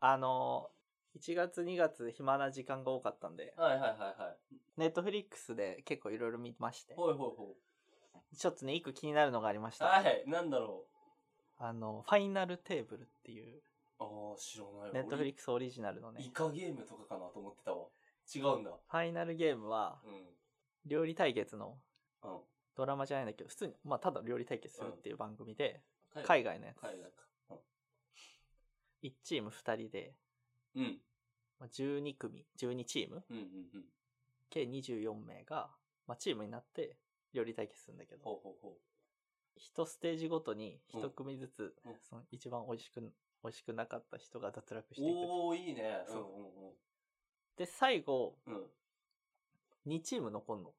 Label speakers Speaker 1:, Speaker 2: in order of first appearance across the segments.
Speaker 1: あの、1月2月暇な時間が多かったんで、
Speaker 2: はいはいはいはい。
Speaker 1: ネットフリックスで結構いろいろ見まして、
Speaker 2: ほいほいほ
Speaker 1: ちょっとね、一個気になるのがありまし
Speaker 2: い。
Speaker 1: た。
Speaker 2: はい、なんだろ
Speaker 1: あの、ファイナルテーブルっていう、
Speaker 2: う。ああ、知らない。
Speaker 1: ネットフリックスオリジナルの
Speaker 2: 俺イ
Speaker 1: ね、
Speaker 2: カゲームとかかなと思ってたわ。違うんだ。
Speaker 1: ファイナルゲームは、
Speaker 2: うん。
Speaker 1: 料理対決の
Speaker 2: うん。
Speaker 1: ドラマじゃないんだけど、普通に、まあ、ただ料理対決するっていう番組で、海
Speaker 2: 海
Speaker 1: 外のやつ。
Speaker 2: 海外か。
Speaker 1: 1チーム2人で、
Speaker 2: うん。うん
Speaker 1: まあ、12組、12チーム、
Speaker 2: うんうん。
Speaker 1: 計24名が、まあ、チームになって料理対決するんだけ
Speaker 2: ほう
Speaker 1: ど、
Speaker 2: ほうほ
Speaker 1: 1ステージごとに
Speaker 2: うん
Speaker 1: 1組ずつ、
Speaker 2: うん
Speaker 1: その一番美味しく、美味しくなかった人が脱落し
Speaker 2: う。
Speaker 1: ていく。
Speaker 2: おおいいね。
Speaker 1: そう
Speaker 2: う
Speaker 1: で、最後、
Speaker 2: んうんうん。うん。
Speaker 1: 2チーム残んの。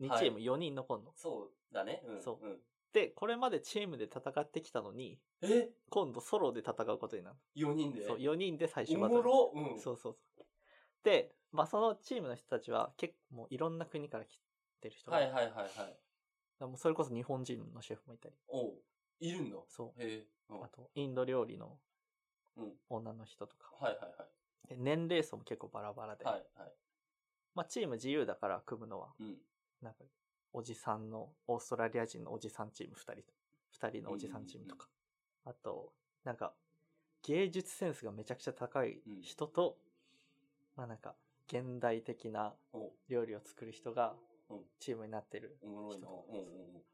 Speaker 1: 2
Speaker 2: はい
Speaker 1: チーム4人残んの。
Speaker 2: そうだね。うん。
Speaker 1: そ
Speaker 2: うん。
Speaker 1: で、これまでチームで戦ってきたのに、
Speaker 2: え
Speaker 1: 今度ソロで戦うことになる。
Speaker 2: ?4 人で
Speaker 1: そう、4人で最終
Speaker 2: お
Speaker 1: バト
Speaker 2: も
Speaker 1: ル。
Speaker 2: ろうん。
Speaker 1: そうそうそう。で、まあ、そのチームの人たちは結構もういろんな国から来てる人が、
Speaker 2: はい
Speaker 1: だか
Speaker 2: はいはいはい。
Speaker 1: らもうそれこそ日本人のシェフもいたり、
Speaker 2: おういるんだ。
Speaker 1: そ
Speaker 2: へえ。うん。
Speaker 1: う。
Speaker 2: は
Speaker 1: あと、インド料理の
Speaker 2: うん
Speaker 1: 女の人とか、
Speaker 2: いはいは
Speaker 1: で年齢層も結構バラバラで、
Speaker 2: い。はいはい。
Speaker 1: まあ、チーム自由だから組むのは、
Speaker 2: うん。
Speaker 1: なんか、おじさんの、オーストラリア人のおじさんチーム2人と、2人のおじさんチームとか、あと、なんか、芸術センスがめちゃくちゃ高い人と、まあなんか、現代的な
Speaker 2: おう
Speaker 1: 料理を作る人が
Speaker 2: うん
Speaker 1: チームになってる。
Speaker 2: おもろいな。
Speaker 1: 人と
Speaker 2: うんうんうん。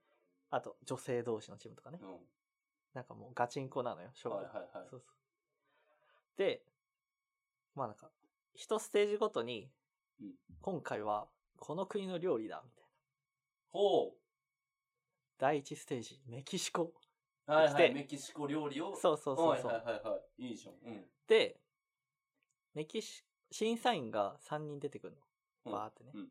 Speaker 1: あと、女性同士のチームとかね。
Speaker 2: う
Speaker 1: なんかもうガチンコなのよ、勝
Speaker 2: ん。
Speaker 1: 負
Speaker 2: は
Speaker 1: が
Speaker 2: いはいはい。
Speaker 1: そうそう。で、まあなんか、一ステージごとに
Speaker 2: うん、
Speaker 1: 今回はこの国の料理だ、みたいな。
Speaker 2: ほ
Speaker 1: 第一ステージ、メキシコ。
Speaker 2: う。はいは
Speaker 1: で
Speaker 2: い。メキシコ料理を。
Speaker 1: そうそうそうそう。
Speaker 2: はいはいはいはい。いいじゃん。うん。
Speaker 1: で、メキシ、審査員が3人出てくる
Speaker 2: う
Speaker 1: の。
Speaker 2: ん
Speaker 1: バーってね。
Speaker 2: うんうん。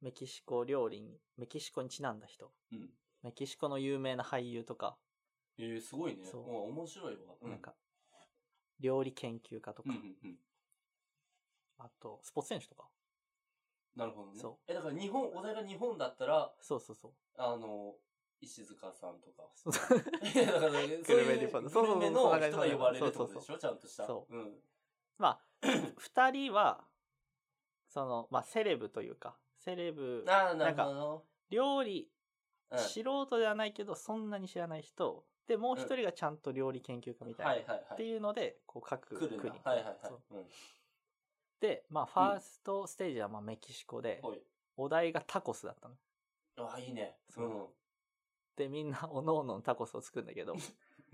Speaker 1: メキシコ料理に、メキシコにちなんだ人。
Speaker 2: うん。
Speaker 1: メキシコの有名な俳優とか、
Speaker 2: えー、すごいね。
Speaker 1: そう
Speaker 2: うん面白いわ。う
Speaker 1: なん。か、料理研究家と
Speaker 2: う
Speaker 1: か
Speaker 2: んう、んうん。
Speaker 1: あと、スポーツ選手とか。
Speaker 2: なるほどね。
Speaker 1: そう
Speaker 2: え、だから日本、お題が日本だったら、
Speaker 1: そうそうそう。
Speaker 2: あの、石塚さんとか。
Speaker 1: そう
Speaker 2: いやだから、そういう
Speaker 1: グルメリポートそうそうそう
Speaker 2: グルメの人
Speaker 1: そんな
Speaker 2: が
Speaker 1: 感じ
Speaker 2: 呼ばれるって
Speaker 1: そ
Speaker 2: こ
Speaker 1: うそ
Speaker 2: と
Speaker 1: うそう
Speaker 2: でしょちゃんとした。
Speaker 1: そ
Speaker 2: うん。うん
Speaker 1: まあ、 二人は、その、まあ、セレブというか、セレブ、
Speaker 2: ああ、なるほど。
Speaker 1: 料理、
Speaker 2: うん
Speaker 1: 素人ではないけど、そんなに知らない人、で、もう一人がちゃんと料理研究家みたいな。
Speaker 2: はいはいはい。
Speaker 1: っていうので、こう、各
Speaker 2: 来
Speaker 1: 国
Speaker 2: る
Speaker 1: に。
Speaker 2: んだ。はいはいはい
Speaker 1: そう。
Speaker 2: うん。
Speaker 1: で、まあ、ファーストステージはまあメキシコで、
Speaker 2: ほい。
Speaker 1: お題がタコスだったの。
Speaker 2: ああ、いいね。。
Speaker 1: そううんで、みんな、 おのおののタコスを作るんだけど、
Speaker 2: うん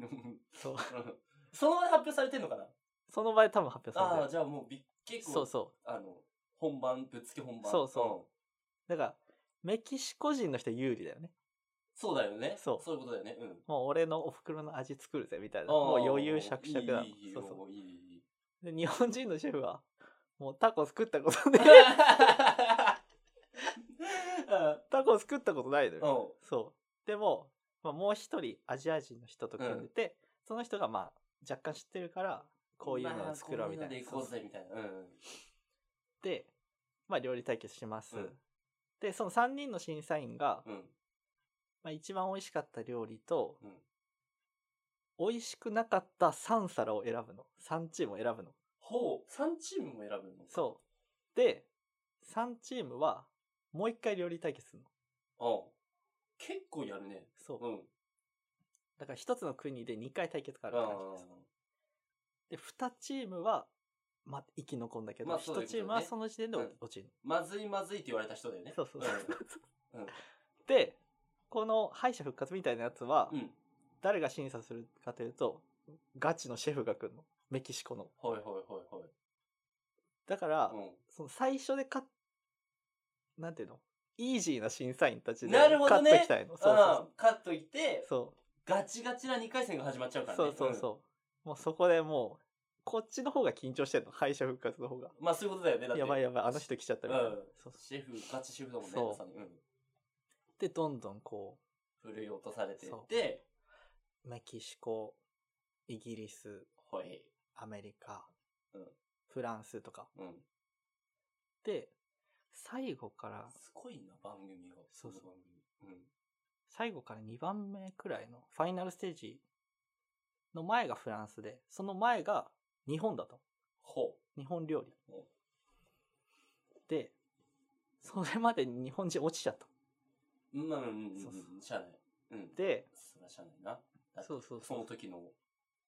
Speaker 1: そう
Speaker 2: その場で発表されてんのかな
Speaker 1: その場で多分発表さ
Speaker 2: あ
Speaker 1: れ
Speaker 2: あ、
Speaker 1: て
Speaker 2: じゃあもうび、結
Speaker 1: る。そう
Speaker 2: 構、
Speaker 1: そ
Speaker 2: あの、本番、ぶっつけ本番。
Speaker 1: そうそうう。だから、メキシコ人の人有利だよね。
Speaker 2: うん。そうだよね。
Speaker 1: そう
Speaker 2: そういうことだよね。うん。
Speaker 1: もう俺のお袋の味作るぜ、みたいな。
Speaker 2: あー
Speaker 1: もう余裕しゃくしゃくだ
Speaker 2: いいいい
Speaker 1: そ
Speaker 2: よ
Speaker 1: うそ
Speaker 2: いいい い
Speaker 1: う。で、日本人のシェフは、もうタコス食ったことない。
Speaker 2: う
Speaker 1: タコス食ったことないのよ。
Speaker 2: ん
Speaker 1: そう。でも、まあ、もう一人アジア人の人と組んでて、その人がまあ、若干知ってるから、こういうのを作ろうみたいな。
Speaker 2: まあこういうので行こうぜみたいな。うんうん。
Speaker 1: で、まあ、料理対決します。
Speaker 2: うん
Speaker 1: で、その3人の審査員が、
Speaker 2: うん。
Speaker 1: まあ、一番美味しかった料理と、
Speaker 2: うん
Speaker 1: 美味しくなかった3皿を選ぶの。3チームを選ぶの。
Speaker 2: ほう、3チームも選ぶの
Speaker 1: そう。で、3チームは、もう一回料理対決するの。
Speaker 2: うん。結構やるね。
Speaker 1: そうう。
Speaker 2: ん。
Speaker 1: だから一つの国で2回対決があるって感じです。
Speaker 2: う
Speaker 1: で、2チームは、まあ、生き残んだけど、
Speaker 2: まあそうい
Speaker 1: 1
Speaker 2: うこと
Speaker 1: チー
Speaker 2: だよね
Speaker 1: ムはその時点で
Speaker 2: うん
Speaker 1: 落ちる。
Speaker 2: んまずいまずいって言われた人だよね。
Speaker 1: そうそう
Speaker 2: うん。うん
Speaker 1: で、この敗者復活みたいなやつは、
Speaker 2: うん。
Speaker 1: 誰が審査するかというと、ガチのシェフが来るの。メキシコの。
Speaker 2: ほいほいほいほい。
Speaker 1: だから、
Speaker 2: う
Speaker 1: その最初で勝っ、なんていうのイージーな審査員たち
Speaker 2: ん。
Speaker 1: で
Speaker 2: なるほど
Speaker 1: 勝っ
Speaker 2: ね。
Speaker 1: てきたいの。そう
Speaker 2: うん。カットいって、
Speaker 1: そう
Speaker 2: ガチガチな2回戦が始まっちゃうからね。
Speaker 1: そう。そうそうそう。もうそこでもう、こっちの方が緊張してんの。敗者復活の方が。
Speaker 2: うん。まあそういうことだよね。だって。
Speaker 1: やばい
Speaker 2: よ。
Speaker 1: やばい、あの人来ちゃった
Speaker 2: う
Speaker 1: みたいな。
Speaker 2: ん。
Speaker 1: そうそう
Speaker 2: シェフ、ガチシェフだもんね。
Speaker 1: そう
Speaker 2: まさにうん。
Speaker 1: で、どんどんこ
Speaker 2: 振るい落とされてっ
Speaker 1: そ
Speaker 2: て、
Speaker 1: う、メキシコ、イギリス、
Speaker 2: ほい。
Speaker 1: アメリカ、
Speaker 2: うん
Speaker 1: フランスとか。
Speaker 2: うん。
Speaker 1: で、最後から、
Speaker 2: すごいな、番組が。
Speaker 1: そうそう
Speaker 2: この番組。
Speaker 1: 最後から2番目くらいのファイナルステージの前がフランスで、その前が日本だと。
Speaker 2: ほ
Speaker 1: 日本料理
Speaker 2: お。
Speaker 1: で、それまでに日本人落ちちゃった。
Speaker 2: う。うん、まあうん、うん、
Speaker 1: そう
Speaker 2: うん、しゃあない。うん。
Speaker 1: で、
Speaker 2: それはしゃあないな。だって
Speaker 1: そうそう
Speaker 2: そ
Speaker 1: そ
Speaker 2: の
Speaker 1: う。
Speaker 2: 時の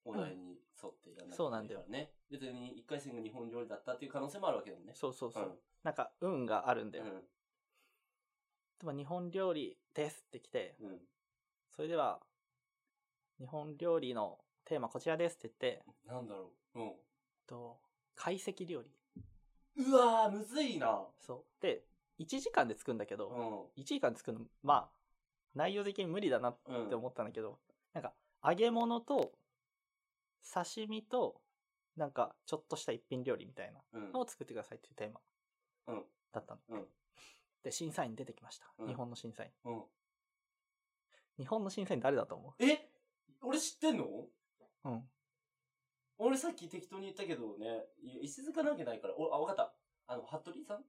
Speaker 2: お題に沿ってやらない
Speaker 1: そうなんだよ
Speaker 2: ね。別に一回戦が日本料理だったっていう可能性もあるわけだもんね。
Speaker 1: そうそうそう。
Speaker 2: うん
Speaker 1: なんか、運があるんだよ。
Speaker 2: う
Speaker 1: でも日本料理ですって来て、
Speaker 2: ん。うん。
Speaker 1: それでは、日本料理のテーマこちらですって言って、
Speaker 2: なんだろう。
Speaker 1: と、懐石料理。
Speaker 2: うん。うわー、むずいな。
Speaker 1: そう。で、1時間で作るんだけ
Speaker 2: う
Speaker 1: ど、
Speaker 2: ん。
Speaker 1: 1時間作るの、まあ、内容的に無理だなっ
Speaker 2: うん。
Speaker 1: て思ったんだけど、なんか、揚げ物と、刺身と、なんか、ちょっとした一品料理みたいな
Speaker 2: うん。
Speaker 1: のを作ってくださいっていうテーマ
Speaker 2: うん。
Speaker 1: だったの。
Speaker 2: うん
Speaker 1: で、審査員出てきました。
Speaker 2: うん
Speaker 1: 日本の審査員。
Speaker 2: うん。
Speaker 1: 日本の審査員誰だと思
Speaker 2: え俺知ってんの
Speaker 1: ううん。
Speaker 2: 俺さっき適当に言ったけどね、い石塚なわけないから、お、あ、わかった。あの、服部さん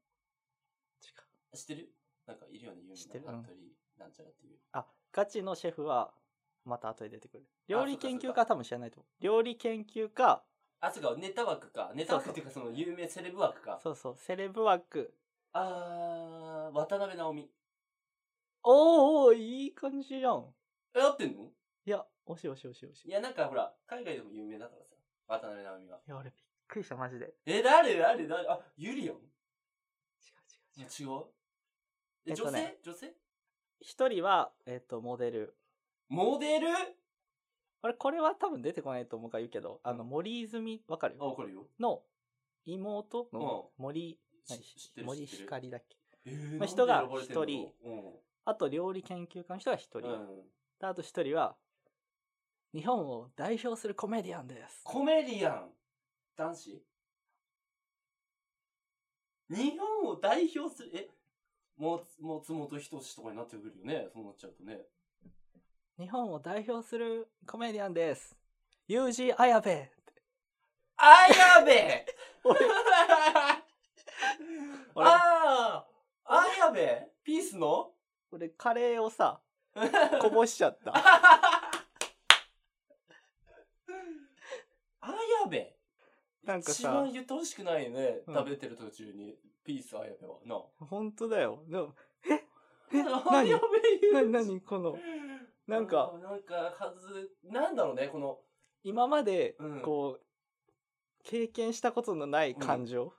Speaker 2: 知ってるなんかいるよね、有
Speaker 1: 知ってる
Speaker 2: 名
Speaker 1: う
Speaker 2: な
Speaker 1: ん
Speaker 2: 服部なんちゃらっていう。
Speaker 1: あ、ガチのシェフは、また後で出てくる。
Speaker 2: あ
Speaker 1: 料理研
Speaker 2: そう
Speaker 1: 究
Speaker 2: か
Speaker 1: 家は多分知らないと思う。料理研究家、
Speaker 2: あ、そうか、ネタ枠か。ネタ枠っていうか、その有名セレブ枠か。
Speaker 1: そうそう、セレブ枠。
Speaker 2: あー、渡辺直美。
Speaker 1: おーおー、いい感じじゃん。
Speaker 2: え、合ってんの
Speaker 1: いや、惜しい惜しい惜しい惜しい。
Speaker 2: い
Speaker 1: い
Speaker 2: や、なんかほら、海外でも有名だからさ。渡辺直美は。
Speaker 1: や、俺びっくりした、マジで。違う
Speaker 2: え、誰誰誰あ、ユリアン
Speaker 1: 違う違う。
Speaker 2: 違うえ、
Speaker 1: えっ
Speaker 2: 女
Speaker 1: と
Speaker 2: 性、
Speaker 1: ね
Speaker 2: 女性
Speaker 1: 一人は、えっ、と、モデル。
Speaker 2: モデルあ、
Speaker 1: あれ、これは多分出てこないと思うから言うけど、あの、森泉、わかる
Speaker 2: わかるよ。
Speaker 1: の妹
Speaker 2: うん
Speaker 1: の。森、何
Speaker 2: し知ってる
Speaker 1: 森
Speaker 2: 知ってる
Speaker 1: 光だっけ。
Speaker 2: えー
Speaker 1: まあ人が
Speaker 2: なんで選ばれてん
Speaker 1: 一
Speaker 2: の
Speaker 1: あと、料理研究家の人が一人。
Speaker 2: うん。うん。
Speaker 1: であと一人は、日本を代表するコメディアンです。
Speaker 2: コメディアン男子日本を代表する、え松松本人志とかになってくるよね。そうなっちゃうとね。
Speaker 1: 日本を代表するコメディアンです。ユージ・アヤベ。
Speaker 2: あやべ
Speaker 1: 俺俺
Speaker 2: あああやべピースの
Speaker 1: 俺、カレーを さ、こぼしちゃった。
Speaker 2: あやべ
Speaker 1: なんかさ
Speaker 2: 一番言ってほしくないよね、
Speaker 1: うん
Speaker 2: 食べてる途中にピースあやべはな
Speaker 1: 本当だよ。でも、え
Speaker 2: あ やべ
Speaker 1: な
Speaker 2: 言う
Speaker 1: になにこの、なんか
Speaker 2: あーなんかはずなんだろうねこの
Speaker 1: 今まで
Speaker 2: うん、
Speaker 1: こう、経験したことのない感情。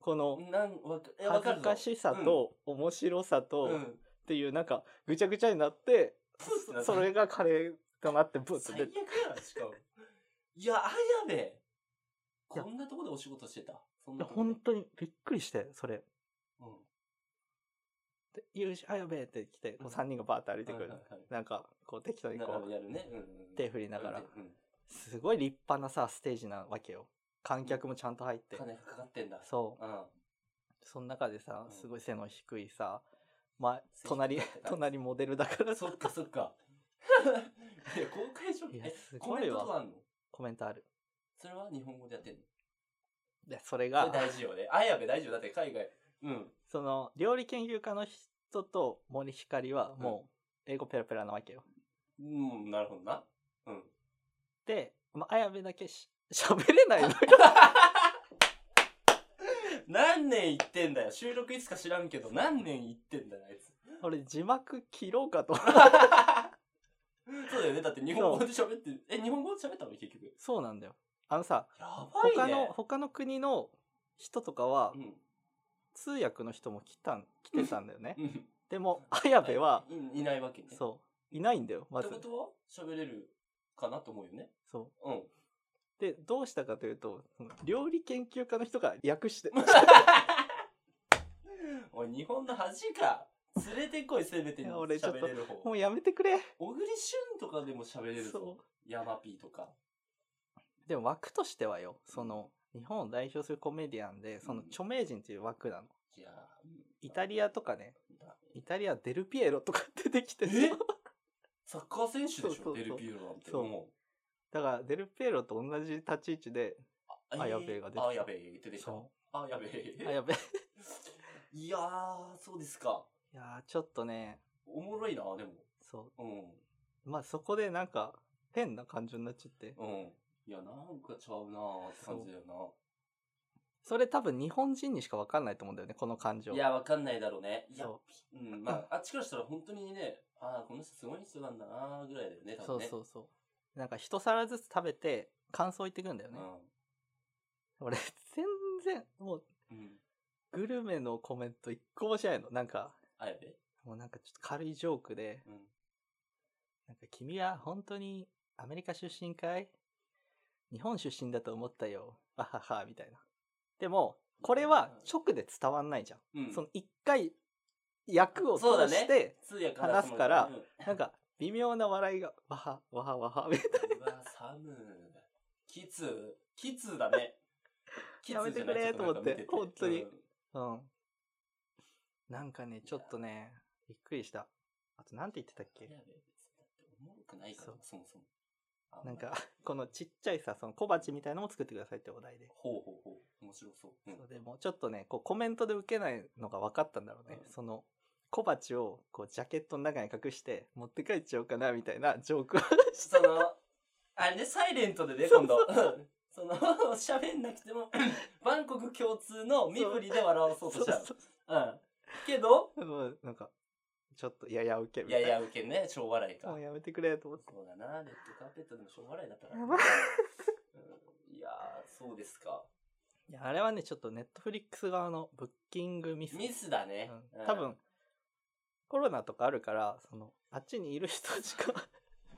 Speaker 1: この、
Speaker 2: なんわかえわ
Speaker 1: 恥
Speaker 2: か
Speaker 1: ず
Speaker 2: るぞ
Speaker 1: かしさと、面白さと、
Speaker 2: うんう
Speaker 1: っ
Speaker 2: ん
Speaker 1: ていう、なんか、ぐちゃぐちゃになって、
Speaker 2: プーってなった
Speaker 1: それがカレーとなって、ブーって
Speaker 2: 最
Speaker 1: 出
Speaker 2: 悪
Speaker 1: て。
Speaker 2: やんしかもいやあやべ
Speaker 1: いや
Speaker 2: こんなとこでお仕事してたそん
Speaker 1: い
Speaker 2: な
Speaker 1: や、
Speaker 2: とこで
Speaker 1: 本当にびっくりして、それ。
Speaker 2: うん
Speaker 1: で、ユージ・アヤベって来て、こ
Speaker 2: うん
Speaker 1: う3人がバーって歩いてく
Speaker 2: はい
Speaker 1: る
Speaker 2: は。
Speaker 1: なんか、こう適当
Speaker 2: い
Speaker 1: に
Speaker 2: はい
Speaker 1: こ
Speaker 2: な
Speaker 1: う、
Speaker 2: やるねうんうん
Speaker 1: 手振りながら
Speaker 2: うん。
Speaker 1: すごい立派なさ、ステージなわけよ。観客もちゃんと入って。
Speaker 2: 金がかかってんだ
Speaker 1: そう。
Speaker 2: うん
Speaker 1: その中でさ
Speaker 2: う、ん
Speaker 1: すごい背の低いさ、まあ、
Speaker 2: 背
Speaker 1: 隣
Speaker 2: 低かった、な
Speaker 1: 隣モデルだから
Speaker 2: そ
Speaker 1: さ
Speaker 2: っ、かそ っかいや公開処
Speaker 1: い
Speaker 2: 刑
Speaker 1: や
Speaker 2: え
Speaker 1: す
Speaker 2: コ
Speaker 1: ご
Speaker 2: メン
Speaker 1: い
Speaker 2: ト
Speaker 1: わ
Speaker 2: とかあんの
Speaker 1: コメントある。
Speaker 2: それは日本語でやってんの
Speaker 1: で、それ
Speaker 2: それ
Speaker 1: が、
Speaker 2: 大事よねあやべ大丈夫だって海外うん
Speaker 1: その、料理研究家の人と森光はもう、英語ペラペラなわけよ。
Speaker 2: うんなるほどなうん
Speaker 1: で、まあ、綾部だけし、 喋れないの よ。
Speaker 2: 何年行ってんだよ収録いつか知らんけど何年行ってんだよあいつ
Speaker 1: 俺、字幕切ろうかと思って。
Speaker 2: そうだよねだって日本語で喋ってえ日本語で喋ったの結局
Speaker 1: そうなんだよ。あのさ、
Speaker 2: やば
Speaker 1: 他
Speaker 2: いね
Speaker 1: の、他の国の人とかは
Speaker 2: う、ん
Speaker 1: 通訳の人も来たん、来てたんだよね。
Speaker 2: うん
Speaker 1: でも、綾部は、
Speaker 2: いいないわけねう
Speaker 1: そう、いないんだよ、ま
Speaker 2: っ
Speaker 1: ず
Speaker 2: て。ことは喋れるかなと思うよね
Speaker 1: そう。
Speaker 2: うん
Speaker 1: で、どうしたかというと、その料理研究家の人が略 して、
Speaker 2: おい日本の恥か連れてこいせめて
Speaker 1: い
Speaker 2: に
Speaker 1: や俺ちょっ
Speaker 2: 喋
Speaker 1: と
Speaker 2: れる
Speaker 1: も
Speaker 2: 方
Speaker 1: うやめてくれ。
Speaker 2: 小栗旬とかでも喋れるぞ
Speaker 1: そ
Speaker 2: ヤマピーとか
Speaker 1: う。でも枠としてはよ、その、日本を代表するコメディアンで、その著名人という枠なの。
Speaker 2: いや
Speaker 1: イタリアとかね、
Speaker 2: ーだ
Speaker 1: イタリアデルピエロとか出てきて
Speaker 2: え
Speaker 1: さ
Speaker 2: サッカー選手でし
Speaker 1: そ
Speaker 2: ょ
Speaker 1: うそうそう
Speaker 2: デルピーロなんて
Speaker 1: そう
Speaker 2: も
Speaker 1: だからデルピエロと同じ立ち位置で、
Speaker 2: う
Speaker 1: 綾部が出てきた
Speaker 2: あやべえ出てきた
Speaker 1: そ
Speaker 2: あやべ
Speaker 1: う。あ、
Speaker 2: え
Speaker 1: やべ。 い
Speaker 2: いやーそうですか
Speaker 1: やーちょっとね、
Speaker 2: おもろいなでも
Speaker 1: そ
Speaker 2: うん
Speaker 1: う。まあそこでなんか、変な感情になっちゃって。
Speaker 2: うんいや、なんかちゃうなーって感じだよ
Speaker 1: それ多分日本人にしか分かんないと思うんだよね、この感情。
Speaker 2: な。いや、わかんないだろうね。いや、、
Speaker 1: そう
Speaker 2: ん、まあ、あっち からしたら本当にね、ああ、この人すごい人なんだなーぐらいだよね、
Speaker 1: う、
Speaker 2: 多
Speaker 1: そ
Speaker 2: 分
Speaker 1: う
Speaker 2: ね。
Speaker 1: そうそう。なんか一皿ずつ食べて感想言ってくんだよね。俺、全然、もう、
Speaker 2: うん。うん。
Speaker 1: グルメのコメント一個もしないの。なんか、
Speaker 2: あやべ
Speaker 1: もうなんかちょっと軽いジョークで、
Speaker 2: うん。
Speaker 1: なんか君は本当にアメリカ出身かい日本出身だと思ったよ。あはは、みたいな。でも、これは直で伝わんないじゃん。
Speaker 2: うん。
Speaker 1: その一回、役を通
Speaker 2: そうだね
Speaker 1: して、
Speaker 2: 通訳
Speaker 1: 話すから
Speaker 2: うん
Speaker 1: なんか微妙な笑いが、わは、わは、わは、みたいな。
Speaker 2: うわ、サム。キツ。キツだね。
Speaker 1: やめてくれと思って
Speaker 2: キツじゃない
Speaker 1: 本当に。
Speaker 2: ちょっとなんか見てて
Speaker 1: うん。なんかね、ちょっとね、びっくりした。あと、なんて言ってたっ
Speaker 2: うん、
Speaker 1: け
Speaker 2: やべ別にだっておもろくないから
Speaker 1: そう
Speaker 2: そもそも。あ
Speaker 1: なんか、 このちっちゃいさ、その小鉢みたいのも作ってくださいってお題で。
Speaker 2: ほうほうほう。面白そう。うん
Speaker 1: そうでも、ちょっとね、こうコメントで受けないのが分かったんだろうね。
Speaker 2: うん
Speaker 1: その、小鉢を、こう、ジャケットの中に隠して、持って帰っちゃおうかな、みたいなジョークをし
Speaker 2: その、あれね、サイレントでね、
Speaker 1: そう
Speaker 2: 今度。うんその、喋んなく ても、バンコク共通の身振りで笑わそうとしちゃう。
Speaker 1: そう
Speaker 2: うん。けど、
Speaker 1: そうもうなんか、ちょっと、やや受けみ
Speaker 2: い
Speaker 1: た
Speaker 2: や
Speaker 1: いな。
Speaker 2: いや、受けね、小笑いか。
Speaker 1: もうやめてくれ、と思って。
Speaker 2: そうだな、レッドカーペットでも小笑いだったから。
Speaker 1: やばい
Speaker 2: うんいやー、そうですか。
Speaker 1: いや、あれはね、ちょっとネットフリックス側のブッキングミス。
Speaker 2: ミスだね。
Speaker 1: う
Speaker 2: うんん
Speaker 1: 多分、コロナとかあるから、その、あっちにいる人し か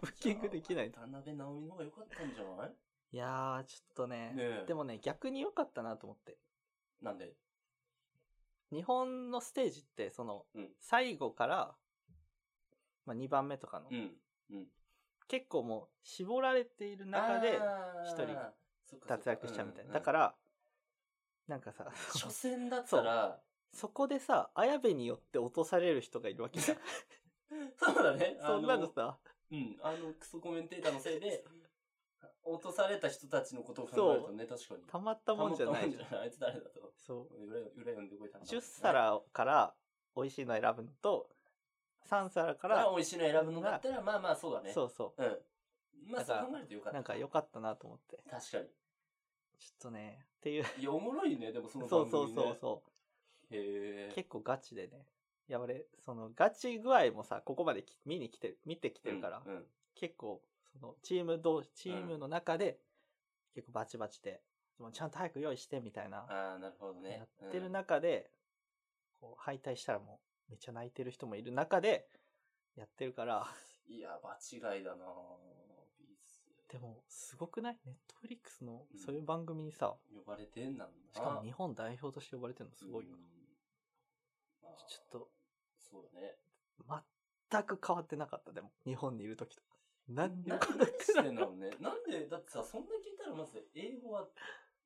Speaker 1: ブッキングできないと
Speaker 2: じゃ。あ渡辺直美の方が良かったんじゃない
Speaker 1: いやー、ちょっとね、
Speaker 2: ねえ
Speaker 1: でもね、逆に良かったなと思って。
Speaker 2: なんで
Speaker 1: 日本のステージって、その、
Speaker 2: うん
Speaker 1: 最後から、まあ、2番目とかの、
Speaker 2: うん。、
Speaker 1: 結構もう、絞られている中で、一人脱落しちゃうみたいな。だからら、なんかさ、
Speaker 2: 初戦だったら、
Speaker 1: そこでさ、綾部によって落とされる人がいるわけ じゃん。
Speaker 2: そうだね。
Speaker 1: そんなの
Speaker 2: あ
Speaker 1: さ、
Speaker 2: うん、あのクソコメンテーターのせいで、落とされた人たちのことを考えるとね、確かに。
Speaker 1: たまったもんじゃないじゃん。
Speaker 2: たまったもんじゃないあいつ誰だと。
Speaker 1: そう。
Speaker 2: 裏裏読んでこいたんだ
Speaker 1: 10。皿から美味しいの選ぶのと、3皿か
Speaker 2: からら、、美味しいの選ぶのだったら、まあまあそうだね。
Speaker 1: そうそ
Speaker 2: うん。ま
Speaker 1: だか
Speaker 2: あ、そう
Speaker 1: ら
Speaker 2: 考えるとよかっ
Speaker 1: う、
Speaker 2: た。
Speaker 1: なんか良かったなと思って。
Speaker 2: 確かに。
Speaker 1: ちょっとね、っていう、
Speaker 2: いや、おもろいね、でもその
Speaker 1: そう
Speaker 2: 番
Speaker 1: そ
Speaker 2: 組、
Speaker 1: う
Speaker 2: ね。。
Speaker 1: そうそう
Speaker 2: へ
Speaker 1: う、
Speaker 2: え。
Speaker 1: 結構ガチでね。いや、俺、そのガチ具合もさ、ここまでき見に来てる、見てきてるから、
Speaker 2: うん。うん
Speaker 1: 結構、そのチーム同士、チームの中で、結構バチバチで、でもちゃんと早く用意してみたいな、
Speaker 2: ああ、なるほどね。
Speaker 1: やってる
Speaker 2: うん
Speaker 1: 中で、こう、敗退したらもう、めっちゃ泣いてる人もいる中で、やってるから、
Speaker 2: いや、場違いだなぁビース。
Speaker 1: でも、すごくないネットフリックスの
Speaker 2: うん
Speaker 1: そういう番組にさ、
Speaker 2: 呼ばれてんなんだな
Speaker 1: しかも日本代表として呼ばれてるのすごいよな。
Speaker 2: うんまあ
Speaker 1: ちょっ
Speaker 2: そうだね。
Speaker 1: と、全く変わってなかった、でも。日本にいる時とか。なん
Speaker 2: な
Speaker 1: でこんな
Speaker 2: 何してんだろうね。 なんで、だってさ、そんな聞いたらまず英語は、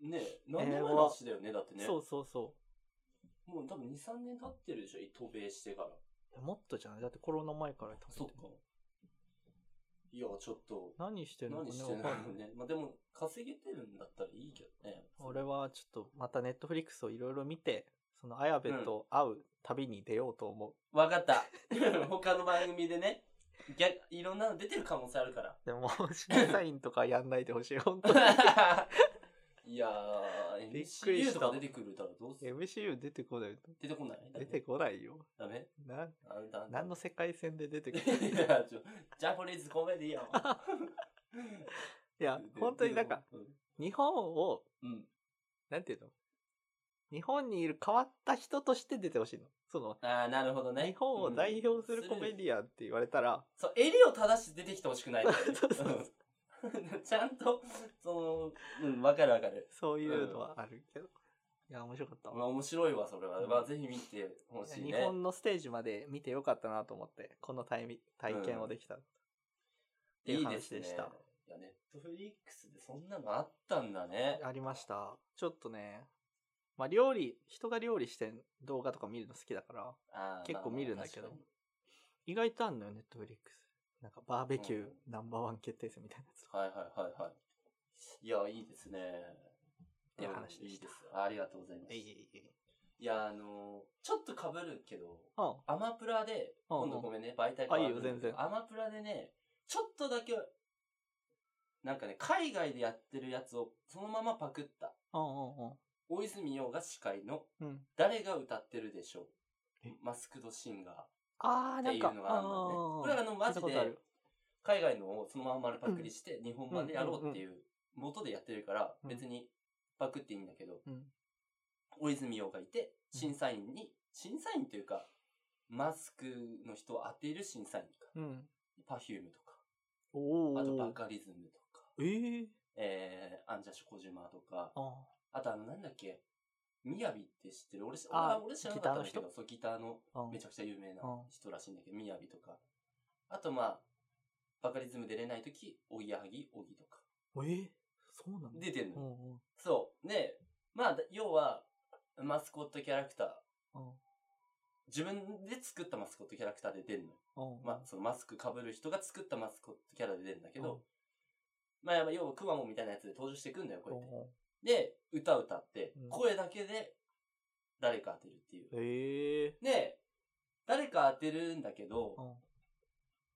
Speaker 2: ね、何年前の話だよね、だってね。
Speaker 1: そうそうそ
Speaker 2: もう多分2、3年経ってるでしょ、渡米してから。
Speaker 1: ういや。もっとじゃないだってコロナ前から食べて
Speaker 2: そっか。いや、ちょっと、
Speaker 1: 何してるのか
Speaker 2: 何
Speaker 1: ね、
Speaker 2: してん
Speaker 1: わ
Speaker 2: だろ
Speaker 1: かん
Speaker 2: う
Speaker 1: ない。
Speaker 2: ね。まあでも、稼げてるんだったらいいけどね。
Speaker 1: 俺はちょっと、またネットフリックスをいろいろ見て、その、綾部と会う旅に出ようと思う。
Speaker 2: わかった。 他の番組でね、逆いろんなの出てる可能性ある から。
Speaker 1: でも、審査員とかやんないで ほしい、本当に。
Speaker 2: いやー、
Speaker 1: びっくり
Speaker 2: MCU
Speaker 1: した
Speaker 2: とか出てくるだろ、どうする
Speaker 1: MCU 出てこない。
Speaker 2: 出てこない
Speaker 1: 出てこないよ。
Speaker 2: ダメ
Speaker 1: な、
Speaker 2: ダメダメ
Speaker 1: 何の世界線で出て
Speaker 2: い
Speaker 1: くる
Speaker 2: や、ちょ、ジャポニーズコメディアン。
Speaker 1: いや、 本当になんか、、日本を、
Speaker 2: うん。
Speaker 1: なんていうの日本にいる変わった人として出てほしいの。その、
Speaker 2: ああ、なるほどね。
Speaker 1: 日本を代表するコメデ
Speaker 2: ィ
Speaker 1: ィアンって言われたら、
Speaker 2: そう、襟を正して出てきてほしくないんだよ ね。
Speaker 1: そうそうそう
Speaker 2: うん ちゃんと、その、うん、わかるわかる。
Speaker 1: そういうのはあるけど。いや、面白かった。
Speaker 2: まあ、面白いわ、それは。
Speaker 1: うん
Speaker 2: まあ、ぜひ見てほしいね。
Speaker 1: 日本のステージまで見てよかったなと思って、このタイミ体験をできた。ていう話でした
Speaker 2: いいですねいや、ネットフリックスでそんなのあったんだね。
Speaker 1: ありました。ちょっとね、まあ料理、人が料理してん動画とか見るの好きだから、
Speaker 2: あー
Speaker 1: 結構見るんだけど
Speaker 2: まあま
Speaker 1: 意外とあんのよ、ネットフリックス。なんかバーベキューナンバーワン決定戦みたいなやつとか。
Speaker 2: あ確かにはいはいはいはい。いや、いいですね。
Speaker 1: っていう話
Speaker 2: うん
Speaker 1: で
Speaker 2: いい
Speaker 1: した
Speaker 2: です。ありがとうございます。
Speaker 1: えい
Speaker 2: い
Speaker 1: えいえいえ。
Speaker 2: や、あのーちょっと被るけど、
Speaker 1: うん。
Speaker 2: アマプラで、
Speaker 1: うんうん
Speaker 2: 今度ごめんね、媒体変わるんだけど
Speaker 1: あいいよ全然
Speaker 2: アマプラでね、ちょっとだけなんかね、海外でやってるやつをそのままパクった。
Speaker 1: うん
Speaker 2: 大泉洋が司会の
Speaker 1: うんうん。
Speaker 2: 誰が歌ってるでしょう
Speaker 1: え
Speaker 2: マスクドシンガ
Speaker 1: あ
Speaker 2: ー
Speaker 1: あ、
Speaker 2: っ
Speaker 1: な
Speaker 2: て
Speaker 1: ん
Speaker 2: いう
Speaker 1: か、
Speaker 2: のがあるのね。これはあの、マジ
Speaker 1: 聞いたことあ
Speaker 2: で
Speaker 1: る、
Speaker 2: 海外のをそのまま丸パクリして、日本版でやろうっていう、元でやってるから、
Speaker 1: うん
Speaker 2: 別にパクっていいんだけど、
Speaker 1: うん。
Speaker 2: 大泉洋がいて、
Speaker 1: うん
Speaker 2: 審査員に、審査員というか、マスクの人を当てる審査員とか、
Speaker 1: うん。
Speaker 2: パフュームとか、
Speaker 1: おお。
Speaker 2: あとバカリズムとか、
Speaker 1: ええ
Speaker 2: えー、アンジャッシュ小島とか、
Speaker 1: あ
Speaker 2: あとあの、なんだっけ、みやびって知ってる俺し
Speaker 1: あ
Speaker 2: 俺知らなかったんだけ
Speaker 1: ギターの
Speaker 2: ど、そう、ギターの
Speaker 1: あ。うん
Speaker 2: めちゃくちゃ有名な
Speaker 1: うん
Speaker 2: 人らしいんだけど、みやびとか。あとまあ、バカリズム出れないとき、おぎやはぎ、おぎとか。
Speaker 1: ええそうなの
Speaker 2: 出てん
Speaker 1: う
Speaker 2: のよ。
Speaker 1: んうん
Speaker 2: そう。で、まあ、だ要は、マスコットキャラクター。
Speaker 1: うん
Speaker 2: 自分で作ったマスコットキャラクターで出るのよ。
Speaker 1: うん。
Speaker 2: まあ、そのマスク被る人が作ったマスコットキャラで出るんだけ
Speaker 1: うん
Speaker 2: ど、まあ、やっぱ要はくまモンみたいなやつで登場してくんだよ、こ
Speaker 1: う
Speaker 2: うんや
Speaker 1: う
Speaker 2: っ
Speaker 1: ん
Speaker 2: て。で、歌歌って
Speaker 1: うん、
Speaker 2: 声だけで誰か当てるっていう。
Speaker 1: ええ
Speaker 2: で、誰か当てるんだけど、
Speaker 1: うん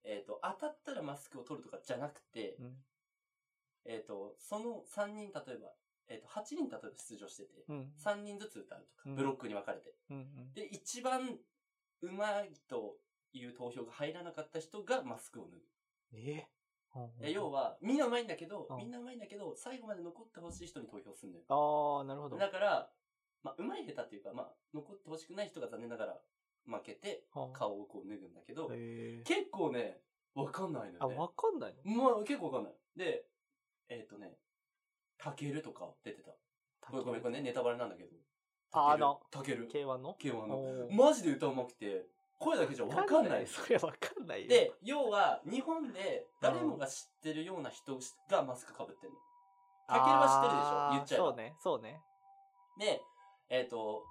Speaker 2: えっ、と、当たったらマスクを取るとかじゃなくて、
Speaker 1: うん
Speaker 2: えっ、と、その3人、例えば、えっ、と、8人例えば出場してて、
Speaker 1: うん
Speaker 2: 3人ずつ歌うとか
Speaker 1: う、ん
Speaker 2: ブロックに分かれて。
Speaker 1: うんうん
Speaker 2: で、一番うまいという投票が入らなかった人がマスクを脱ぐ。
Speaker 1: ええうんうん
Speaker 2: で要は、みんなうまいんだけど
Speaker 1: う、ん
Speaker 2: みんなうまいんだけど、最後まで残ってほしい人に投票するのよ。
Speaker 1: ああ、なるほど。
Speaker 2: だから、まあ、うまい下手っていうか、まあ、残ってほしくない人が残念ながら負けて、
Speaker 1: うん
Speaker 2: 顔をこう脱ぐんだけど、
Speaker 1: ええ
Speaker 2: 結構ね、わかんないの
Speaker 1: あ、
Speaker 2: よ、ね。
Speaker 1: わかんないの
Speaker 2: まあ、結構わかんない。で、えっ、とね、タケルとか出てた。ごめんごめん、これね、ネタバレなんだけど。
Speaker 1: ああの
Speaker 2: タケル。
Speaker 1: K1 の
Speaker 2: ケはの。
Speaker 1: おー
Speaker 2: マジで歌うまくて、声だけじゃわかんない。
Speaker 1: それはわかんないよ。
Speaker 2: で、要は、日本で誰もが知ってるような人がマスクかぶってんの。タケルは知ってるでしょ言っちゃえば
Speaker 1: あーそうね、そうね。
Speaker 2: で、えっ、と、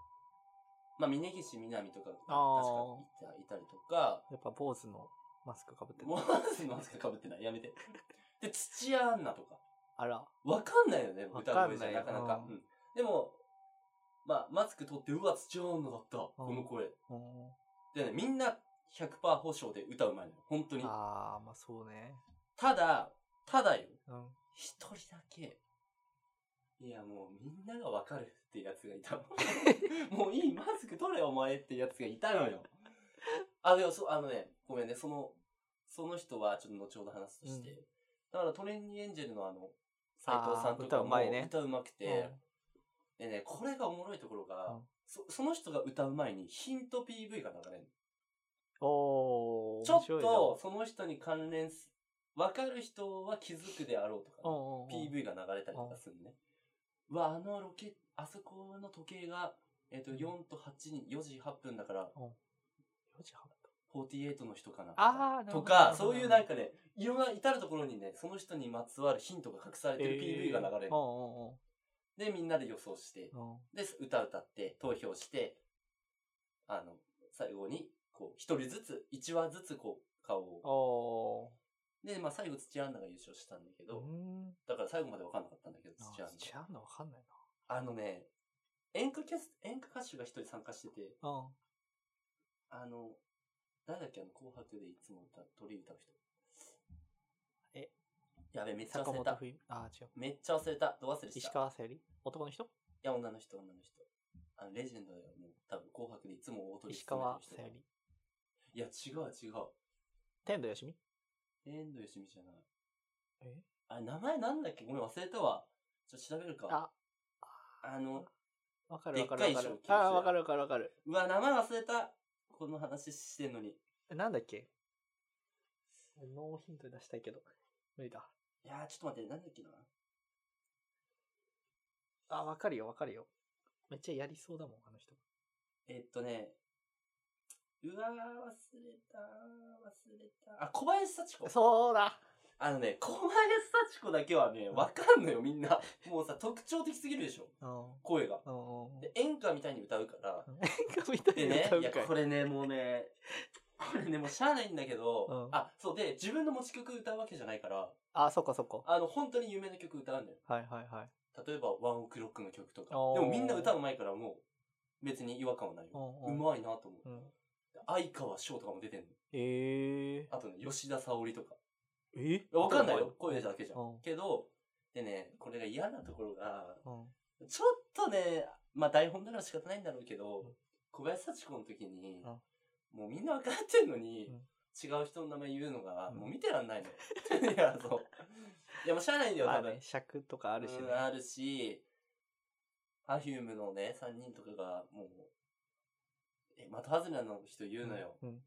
Speaker 2: まあ、峯岸みなみとか、確
Speaker 1: あ
Speaker 2: かいたいたりとか、
Speaker 1: やっぱ坊主のマスクかぶってる
Speaker 2: もう。マスクかぶってない。やめて。で、土屋アンナとか。
Speaker 1: あら。
Speaker 2: わかんないよね、
Speaker 1: わ
Speaker 2: 歌
Speaker 1: かんな
Speaker 2: 声
Speaker 1: い
Speaker 2: じゃなかなか。
Speaker 1: う
Speaker 2: うんんでも、まあ、マスク取って、うわ、土屋アンナだった、この声。
Speaker 1: うん
Speaker 2: でね、みんな100%保証で歌うまいのよ。本当に。
Speaker 1: ああ、まあそうね。
Speaker 2: ただ、ただよ、
Speaker 1: うん。
Speaker 2: 一人だけ、いや、もうみんながわかるってやつがいたの。 もういい、マスク取れよ、お前ってやつがいたのよ。あ、でも、そう、あのね、ごめんね、その、その人はちょっと後ほど話すとして、
Speaker 1: うん
Speaker 2: だからトレンディエンジェルのあの、斎藤さん
Speaker 1: あー
Speaker 2: とかも
Speaker 1: 歌うまいね
Speaker 2: 歌うまくて、
Speaker 1: うん
Speaker 2: でね、これがおもろいところが、
Speaker 1: うん
Speaker 2: そその人が歌う前にヒント PV が流れる
Speaker 1: おー、
Speaker 2: ちょ
Speaker 1: 面
Speaker 2: っ
Speaker 1: 白いな
Speaker 2: と、その人に関連す、わかる人は気づくであろうとか、
Speaker 1: うんうんうん
Speaker 2: PV が流れたりとかするのね。うわ、あのロケ、あそこの時計が、えっ、と、4と8に、4時8分だから、
Speaker 1: 4時半
Speaker 2: 48の人かな。
Speaker 1: ああ、なるほ
Speaker 2: と
Speaker 1: ど
Speaker 2: か、そういうなんかね、いろんな至るところにね、その人にまつわるヒントが隠されてる PV が流れる。
Speaker 1: うん
Speaker 2: で、みんなで予想して、
Speaker 1: うんうん。
Speaker 2: で、歌歌って、投票して、あの、最後に、こう、一人ずつ、一話ずつ、こう、顔を
Speaker 1: お
Speaker 2: で、まあ最後土屋アンナが優勝したんだけ
Speaker 1: ー。
Speaker 2: ど、
Speaker 1: うん。
Speaker 2: だから最後まで分かんなかったんだけど、
Speaker 1: あ
Speaker 2: 土屋アン
Speaker 1: ー違うのわかんない
Speaker 2: ナ。あのね、演歌キャス、演歌歌手が一人参加してて、
Speaker 1: な。うん。
Speaker 2: あの、誰だっけあの、紅白でいつも歌う、鳥歌う人。
Speaker 1: え
Speaker 2: やべ、めっちゃ
Speaker 1: 坂
Speaker 2: 忘れ
Speaker 1: 本
Speaker 2: た。
Speaker 1: 冬美。ああ、違う。
Speaker 2: めっちゃ忘れた。ど忘れした。
Speaker 1: 石
Speaker 2: い
Speaker 1: 川さゆり男の人
Speaker 2: や、女の人、女の人。あの、レジェンドだよ、もう。多分、紅白でいつも大鳥
Speaker 1: 石川
Speaker 2: 務
Speaker 1: さ
Speaker 2: め
Speaker 1: ゆ
Speaker 2: てる人
Speaker 1: り。
Speaker 2: いや、違う、違う。
Speaker 1: 天童よしみ
Speaker 2: 遠藤よしみじゃない。
Speaker 1: え
Speaker 2: あれ、名前なんだっけごめん、忘れたわ。ちょっと調べるか。
Speaker 1: あ、
Speaker 2: あの、
Speaker 1: わかるわかる
Speaker 2: で
Speaker 1: わか
Speaker 2: っか
Speaker 1: る
Speaker 2: い賞金。です
Speaker 1: あ
Speaker 2: よ
Speaker 1: あ、わかるわかるわかる。
Speaker 2: うわ、名前忘れた。この話してんのに。い
Speaker 1: えなんだっけノーヒントで出したいけど。無理だ。
Speaker 2: やー、ちょっと待って、なんだっけな。
Speaker 1: あ、わかるよわかるよ。めっちゃやりそうだもん、あの人。
Speaker 2: えっとね。うわー、忘れたー、忘れたー。あ、小林幸子。
Speaker 1: そうだ
Speaker 2: あのね、小林幸子だけはね、わかんのよ、みんな。もうさ、特徴的すぎるでしょ。
Speaker 1: うん。うん
Speaker 2: 声が。
Speaker 1: うんうん。
Speaker 2: で、演歌みたいに歌うから。
Speaker 1: みた
Speaker 2: で
Speaker 1: い
Speaker 2: ね
Speaker 1: な、歌う
Speaker 2: いや、
Speaker 1: かい
Speaker 2: こ。れね、もうね、これね、もうしゃあないんだけど、
Speaker 1: うん
Speaker 2: あ、そうで、自分の持ち曲歌うわけじゃないから、
Speaker 1: あ、そっかそっか。
Speaker 2: あの、本当に有名な曲歌うんだよ。
Speaker 1: はいはいはい。
Speaker 2: 例えば、ワンオクロックの曲とか。で
Speaker 1: おー
Speaker 2: もみんな歌うまいからもう、別に違和感はないよ。
Speaker 1: ん
Speaker 2: うまいなと思う。
Speaker 1: うん。
Speaker 2: 相川翔とかも出てんの。
Speaker 1: ええ
Speaker 2: あとね、吉田沙保里とか。
Speaker 1: え
Speaker 2: わかんないよ。声だけじゃ
Speaker 1: うん
Speaker 2: ん。けど、でね、これが嫌なところが、
Speaker 1: うん。
Speaker 2: ちょっとね、まあ台本だから仕方ないんだろうけど、
Speaker 1: うん
Speaker 2: 小林幸子の時に、
Speaker 1: うん
Speaker 2: もうみんな分かってんのに、
Speaker 1: うん
Speaker 2: 違う人の名前言うのが、
Speaker 1: うん
Speaker 2: もう見てらんないの。 いや、そう。いや、もうしゃあないんだよ、
Speaker 1: ま
Speaker 2: 多
Speaker 1: あ
Speaker 2: 分。
Speaker 1: ね、尺とかあるしね
Speaker 2: うん。あるし、パフュームのね、3人とかが、もう、え、またハズレの人言うのよ。
Speaker 1: うん。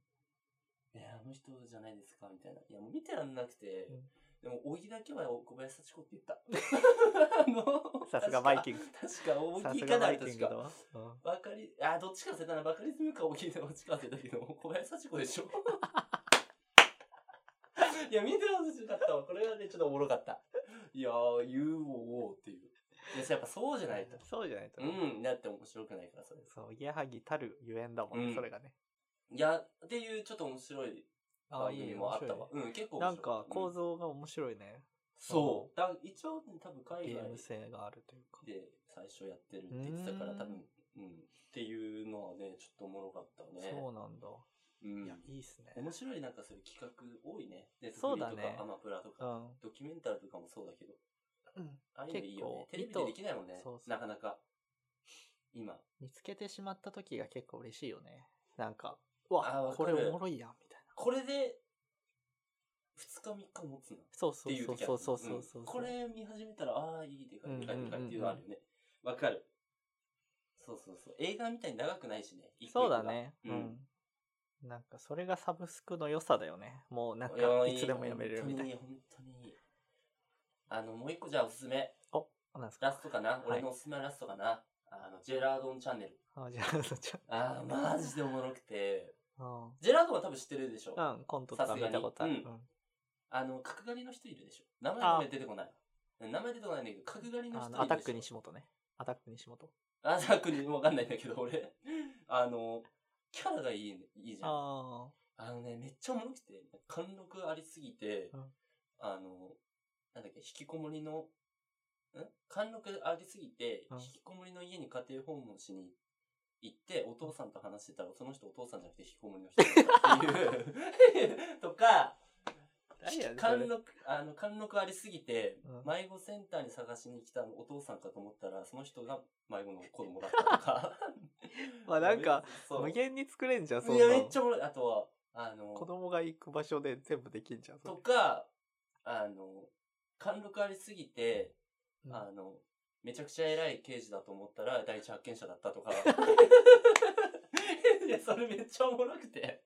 Speaker 2: いや、あの人じゃないですかみたいな。いや、もう見てらんなくて。
Speaker 1: うん
Speaker 2: でも、小木だけは小林幸子って 言った。あの
Speaker 1: さすがバイキング。
Speaker 2: 確か、
Speaker 1: さ
Speaker 2: 大木
Speaker 1: す
Speaker 2: か
Speaker 1: が
Speaker 2: な
Speaker 1: バイキン
Speaker 2: 確
Speaker 1: グだ
Speaker 2: か。
Speaker 1: わ。うん
Speaker 2: バカリ、あ、どっちか忘れたな。バカリズムか大きいのどっちか忘れたけど、小林幸子でしょいや、見てほしかったわ。これはね、ちょっとおもろかった。いやー、言うおうっていう。いや、やっぱそうじゃないと。
Speaker 1: そうじゃないと。
Speaker 2: うん、だって面白くないから、それ。
Speaker 1: そう、矢萩たるゆえんだもん
Speaker 2: う
Speaker 1: ね、
Speaker 2: ん
Speaker 1: それがね。
Speaker 2: いや、っていう、ちょっと面白い
Speaker 1: ああ、
Speaker 2: 番
Speaker 1: いい
Speaker 2: 組
Speaker 1: ね
Speaker 2: もあった
Speaker 1: 面
Speaker 2: わ
Speaker 1: 白。
Speaker 2: うん、結構
Speaker 1: いねなん
Speaker 2: 面白かった
Speaker 1: か構造が面白いね。
Speaker 2: そう。だ一応、多分海
Speaker 1: ゲ
Speaker 2: 外
Speaker 1: ーム性があるというか。
Speaker 2: で最初やってるって言ってたか
Speaker 1: う
Speaker 2: ら、
Speaker 1: ーん
Speaker 2: 多分、うん。っていうのはね、ちょっとおもろかったね。
Speaker 1: そうなんだ。
Speaker 2: う。ん
Speaker 1: い。や、いいっすね。
Speaker 2: 面白いなんかそういう企画多いね。で、
Speaker 1: そうだね
Speaker 2: フリーとかアマプラと
Speaker 1: う
Speaker 2: か、
Speaker 1: ん。
Speaker 2: ドキュメンタルとかもそうだけど、
Speaker 1: うん
Speaker 2: ああいうのいいよね。
Speaker 1: 結構
Speaker 2: テレビでできないもんね。
Speaker 1: そうそう
Speaker 2: なかなか。今。
Speaker 1: 見つけてしまった時が結構嬉しいよね。なんか、うわ
Speaker 2: あわ
Speaker 1: こ
Speaker 2: か
Speaker 1: れ
Speaker 2: る
Speaker 1: おもろいやん、みたいな。
Speaker 2: これで、2日3日持つな。
Speaker 1: そう
Speaker 2: っ
Speaker 1: そ
Speaker 2: て
Speaker 1: う
Speaker 2: いう時ある
Speaker 1: そうそうそうそう。
Speaker 2: んこれ見始めたら、ああ、いいでか
Speaker 1: う
Speaker 2: い
Speaker 1: ん
Speaker 2: でかいでかいっていうのあるよね。わかる。そうそうそう。映画みたいに長くないしね。一
Speaker 1: そ
Speaker 2: 個一
Speaker 1: う
Speaker 2: 個
Speaker 1: だ
Speaker 2: が
Speaker 1: ね。
Speaker 2: う
Speaker 1: うんん。なんか、それがサブスクの良さだよね。もう、なん
Speaker 2: いや
Speaker 1: か、いつでもやめれるみたいな。
Speaker 2: 本当にいい、本当にいい。あの、もう一個じゃあおすすめ。
Speaker 1: あなんです
Speaker 2: ラ
Speaker 1: か
Speaker 2: ストかな、
Speaker 1: い
Speaker 2: 俺のおすすめはラストかなあの、ジェラードンチャンネル。
Speaker 1: あ、じゃあ、そ っちは
Speaker 2: ああ、マジでおもろくて。
Speaker 1: うん
Speaker 2: ジェラードンは多分知ってるでしょ。
Speaker 1: うん、コントとか見たことある。
Speaker 2: さすがにあの、角刈りの人いるでしょ。名前
Speaker 1: あー
Speaker 2: ごめん出てこない。名前出てこないんだけど、角刈り
Speaker 1: うん
Speaker 2: の
Speaker 1: あ
Speaker 2: 人いるでし
Speaker 1: の
Speaker 2: ょ。
Speaker 1: アタック西本ね。アタック西本。
Speaker 2: あ、ザクにわかんないんだけど、俺。あの、キャラがいいね、いいじゃん。あ
Speaker 1: あ
Speaker 2: のね、めっちゃおもろくて、貫禄ありすぎて、
Speaker 1: うん
Speaker 2: あの、なんだっけ、引きこもりの、ん貫禄ありすぎて、
Speaker 1: うん
Speaker 2: 引きこもりの家に家庭訪問しに行って、お父さんと話してたら、その人お父さんじゃなくて引きこもりの人だったっていう、 とか、
Speaker 1: 誰やねんそれ
Speaker 2: 貫禄、あの、貫禄ありすぎて、
Speaker 1: うん
Speaker 2: 迷子センターに探しに来たお父さんかと思ったら、その人が迷子の子供だったとか。
Speaker 1: まあなんか、
Speaker 2: そ
Speaker 1: あ。
Speaker 2: う
Speaker 1: 無限に作れんじゃん、そん
Speaker 2: い
Speaker 1: な
Speaker 2: や、
Speaker 1: の
Speaker 2: めっちゃおもろい。あとは、あの、
Speaker 1: 子供が行く場所で全部できんじゃん、それ
Speaker 2: とか、あの、貫禄ありすぎて、
Speaker 1: うん
Speaker 2: あの、めちゃくちゃ偉い刑事だと思ったら、第一発見者だっ たとか。いや、それめっちゃおもろ くて。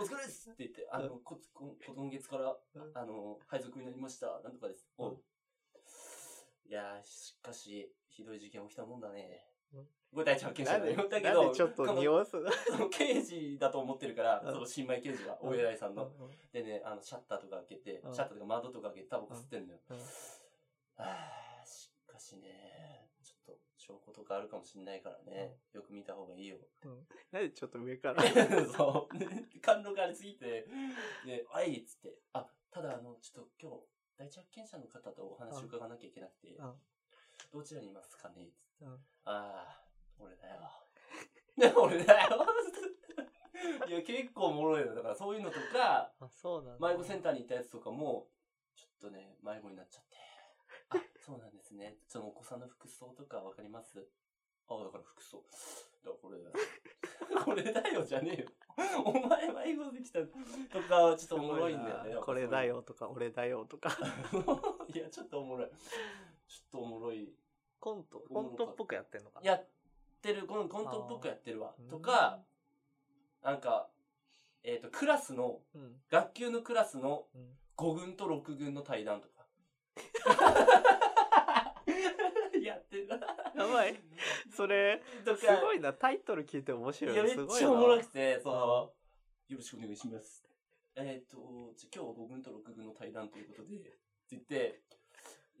Speaker 2: お疲れっすって言って、あの、こ、こ、こ今月から
Speaker 1: うん、
Speaker 2: あの、配属になりました。なんとかです。
Speaker 1: うん
Speaker 2: おういやー、しかし、ひどい事件起きたもんだね
Speaker 1: うん。
Speaker 2: これ第一発見者
Speaker 1: な
Speaker 2: だ
Speaker 1: ん
Speaker 2: ね
Speaker 1: で、な。ん
Speaker 2: だ
Speaker 1: で
Speaker 2: けど、
Speaker 1: ちょっと匂わすの
Speaker 2: その刑事だと思ってるから、
Speaker 1: うん
Speaker 2: その新米刑事が、
Speaker 1: うん
Speaker 2: お偉いさん
Speaker 1: うん
Speaker 2: の。でね、あの、シャッターとか開けて、
Speaker 1: うん
Speaker 2: シャッターとか窓とか開けてタバコ吸ってんのよ。
Speaker 1: うんうん
Speaker 2: はあしかしね、ちょっと証拠とかあるかもしんないからね、よく見た方がいいよ。
Speaker 1: うんなんでちょっと上から。
Speaker 2: そう。貫禄ありすぎて、で、あいっつって、あ、ただあの、ちょっと今日、第一発見者の方とお話を伺わなきゃいけなくて、
Speaker 1: うん
Speaker 2: どちらにいますかねつって
Speaker 1: うん
Speaker 2: ああ、俺だよ。ね俺だよ。 いや、結構おもろいよ。だからそういうのとか、
Speaker 1: あ、そうなんだ。
Speaker 2: 迷子センターに行ったやつとかも、ちょっとね、迷子になっちゃって。あ、そうなんですね。そのお子さんの服装とかわかりますあ、だから服装。だからこれ だよ。これだよじゃねえよ。お前迷子できたとかはちょっとおもろいんだよね。
Speaker 1: これだよとか、俺だよとか。
Speaker 2: いや、ちょっとおもろい。ちょっとおもろい。
Speaker 1: コント、コントっぽくやってんのかな。
Speaker 2: やってる、このコントっぽくやってるわ
Speaker 1: うん、。
Speaker 2: とか、なんか、えっ、と、クラスの、
Speaker 1: うん、
Speaker 2: 学級のクラスの
Speaker 1: うん。
Speaker 2: 5軍と6軍の対談とか。 やってるな。
Speaker 1: やばい。それ、
Speaker 2: とか、
Speaker 1: すごいな。タイトル聞いて面
Speaker 2: い
Speaker 1: 白い
Speaker 2: や、
Speaker 1: ね。
Speaker 2: めっ
Speaker 1: すごい
Speaker 2: ち
Speaker 1: な。
Speaker 2: ゃおもろくて、その、よろしくお願いします。えっ、と、じゃあ今日は5軍と6軍の対談ということで、って言って、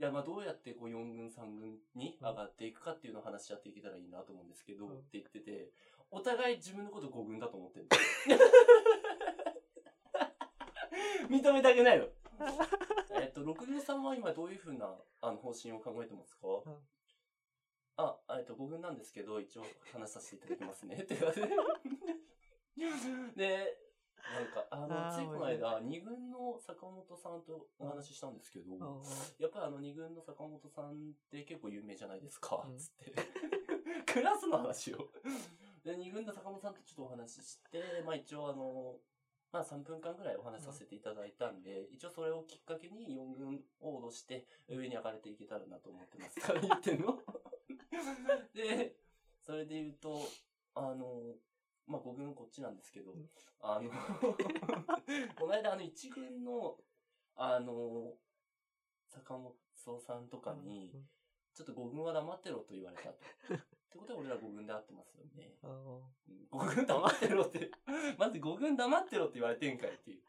Speaker 2: いや、まあどうやってこう4軍、3軍に上がっていくかっていうのを話し合っていけたらいいなと思うんですけど、
Speaker 1: うん
Speaker 2: って言ってて、お互い自分のこと5軍だと 思ってるんだよ認めたくないの。 えっと、六軍さんは今どういうふうなあの方針を考えてますか、
Speaker 1: うん
Speaker 2: あ、えっと、五軍なん ですけど、一応話させていただきますね。って言われて。で、なんか、あ
Speaker 1: あー
Speaker 2: の、ついこの
Speaker 1: 面
Speaker 2: 間、二軍の坂本さんとお話ししたんですけど、
Speaker 1: うん
Speaker 2: やっぱりあの二軍の坂本さんって結構有名じゃないですか、
Speaker 1: うん
Speaker 2: つって。 クラスの 話を。で、二軍の坂本さんとちょっとお話しして、まあ一応あの、まあ3分間ぐらいお話しさせていただいたんで、一応それをきっかけに四軍を脅して上に上がれていけたらなと思って ますから言ってんの。 で、それで言うと、あの、まあ5軍こっちなんですけど
Speaker 1: うん、
Speaker 2: あ の、この間あの1軍の、あの、坂本さんとかに、
Speaker 1: うん
Speaker 2: ちょっと5軍は黙ってろと言われたと。 ってことは俺ら5軍で合ってますよね。
Speaker 1: あの
Speaker 2: うん5軍黙ってろって。まず5軍黙ってろって言われてんかい っていう。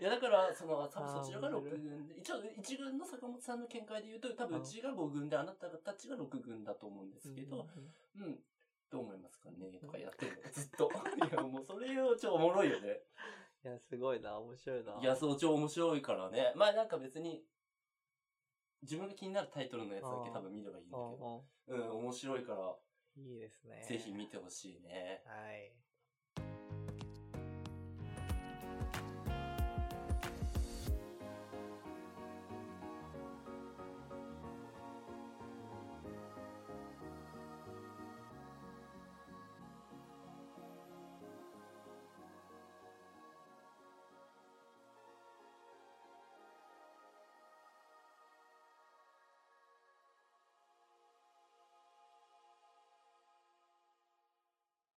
Speaker 2: いやだから、その、多分そちらが6軍で、一応1軍の坂本さんの見解で言うと、多分うちが5軍であなたたちが6軍だと思うんですけど、
Speaker 1: うん
Speaker 2: うん、どう思いますかねとかやってるの、ずっと。 いやもうそれをちょ、おもろいよね。
Speaker 1: いや、すごいな、面白いな。
Speaker 2: いや、そう、超面白いからね。まあなんか別に、自分が気になるタイトルのやつだけ
Speaker 1: あー
Speaker 2: 多分見ればいいんだけ
Speaker 1: うん
Speaker 2: ど。
Speaker 1: う
Speaker 2: うん、面白いから、
Speaker 1: んいいですね。
Speaker 2: ぜひ見てほしいね。
Speaker 1: はい。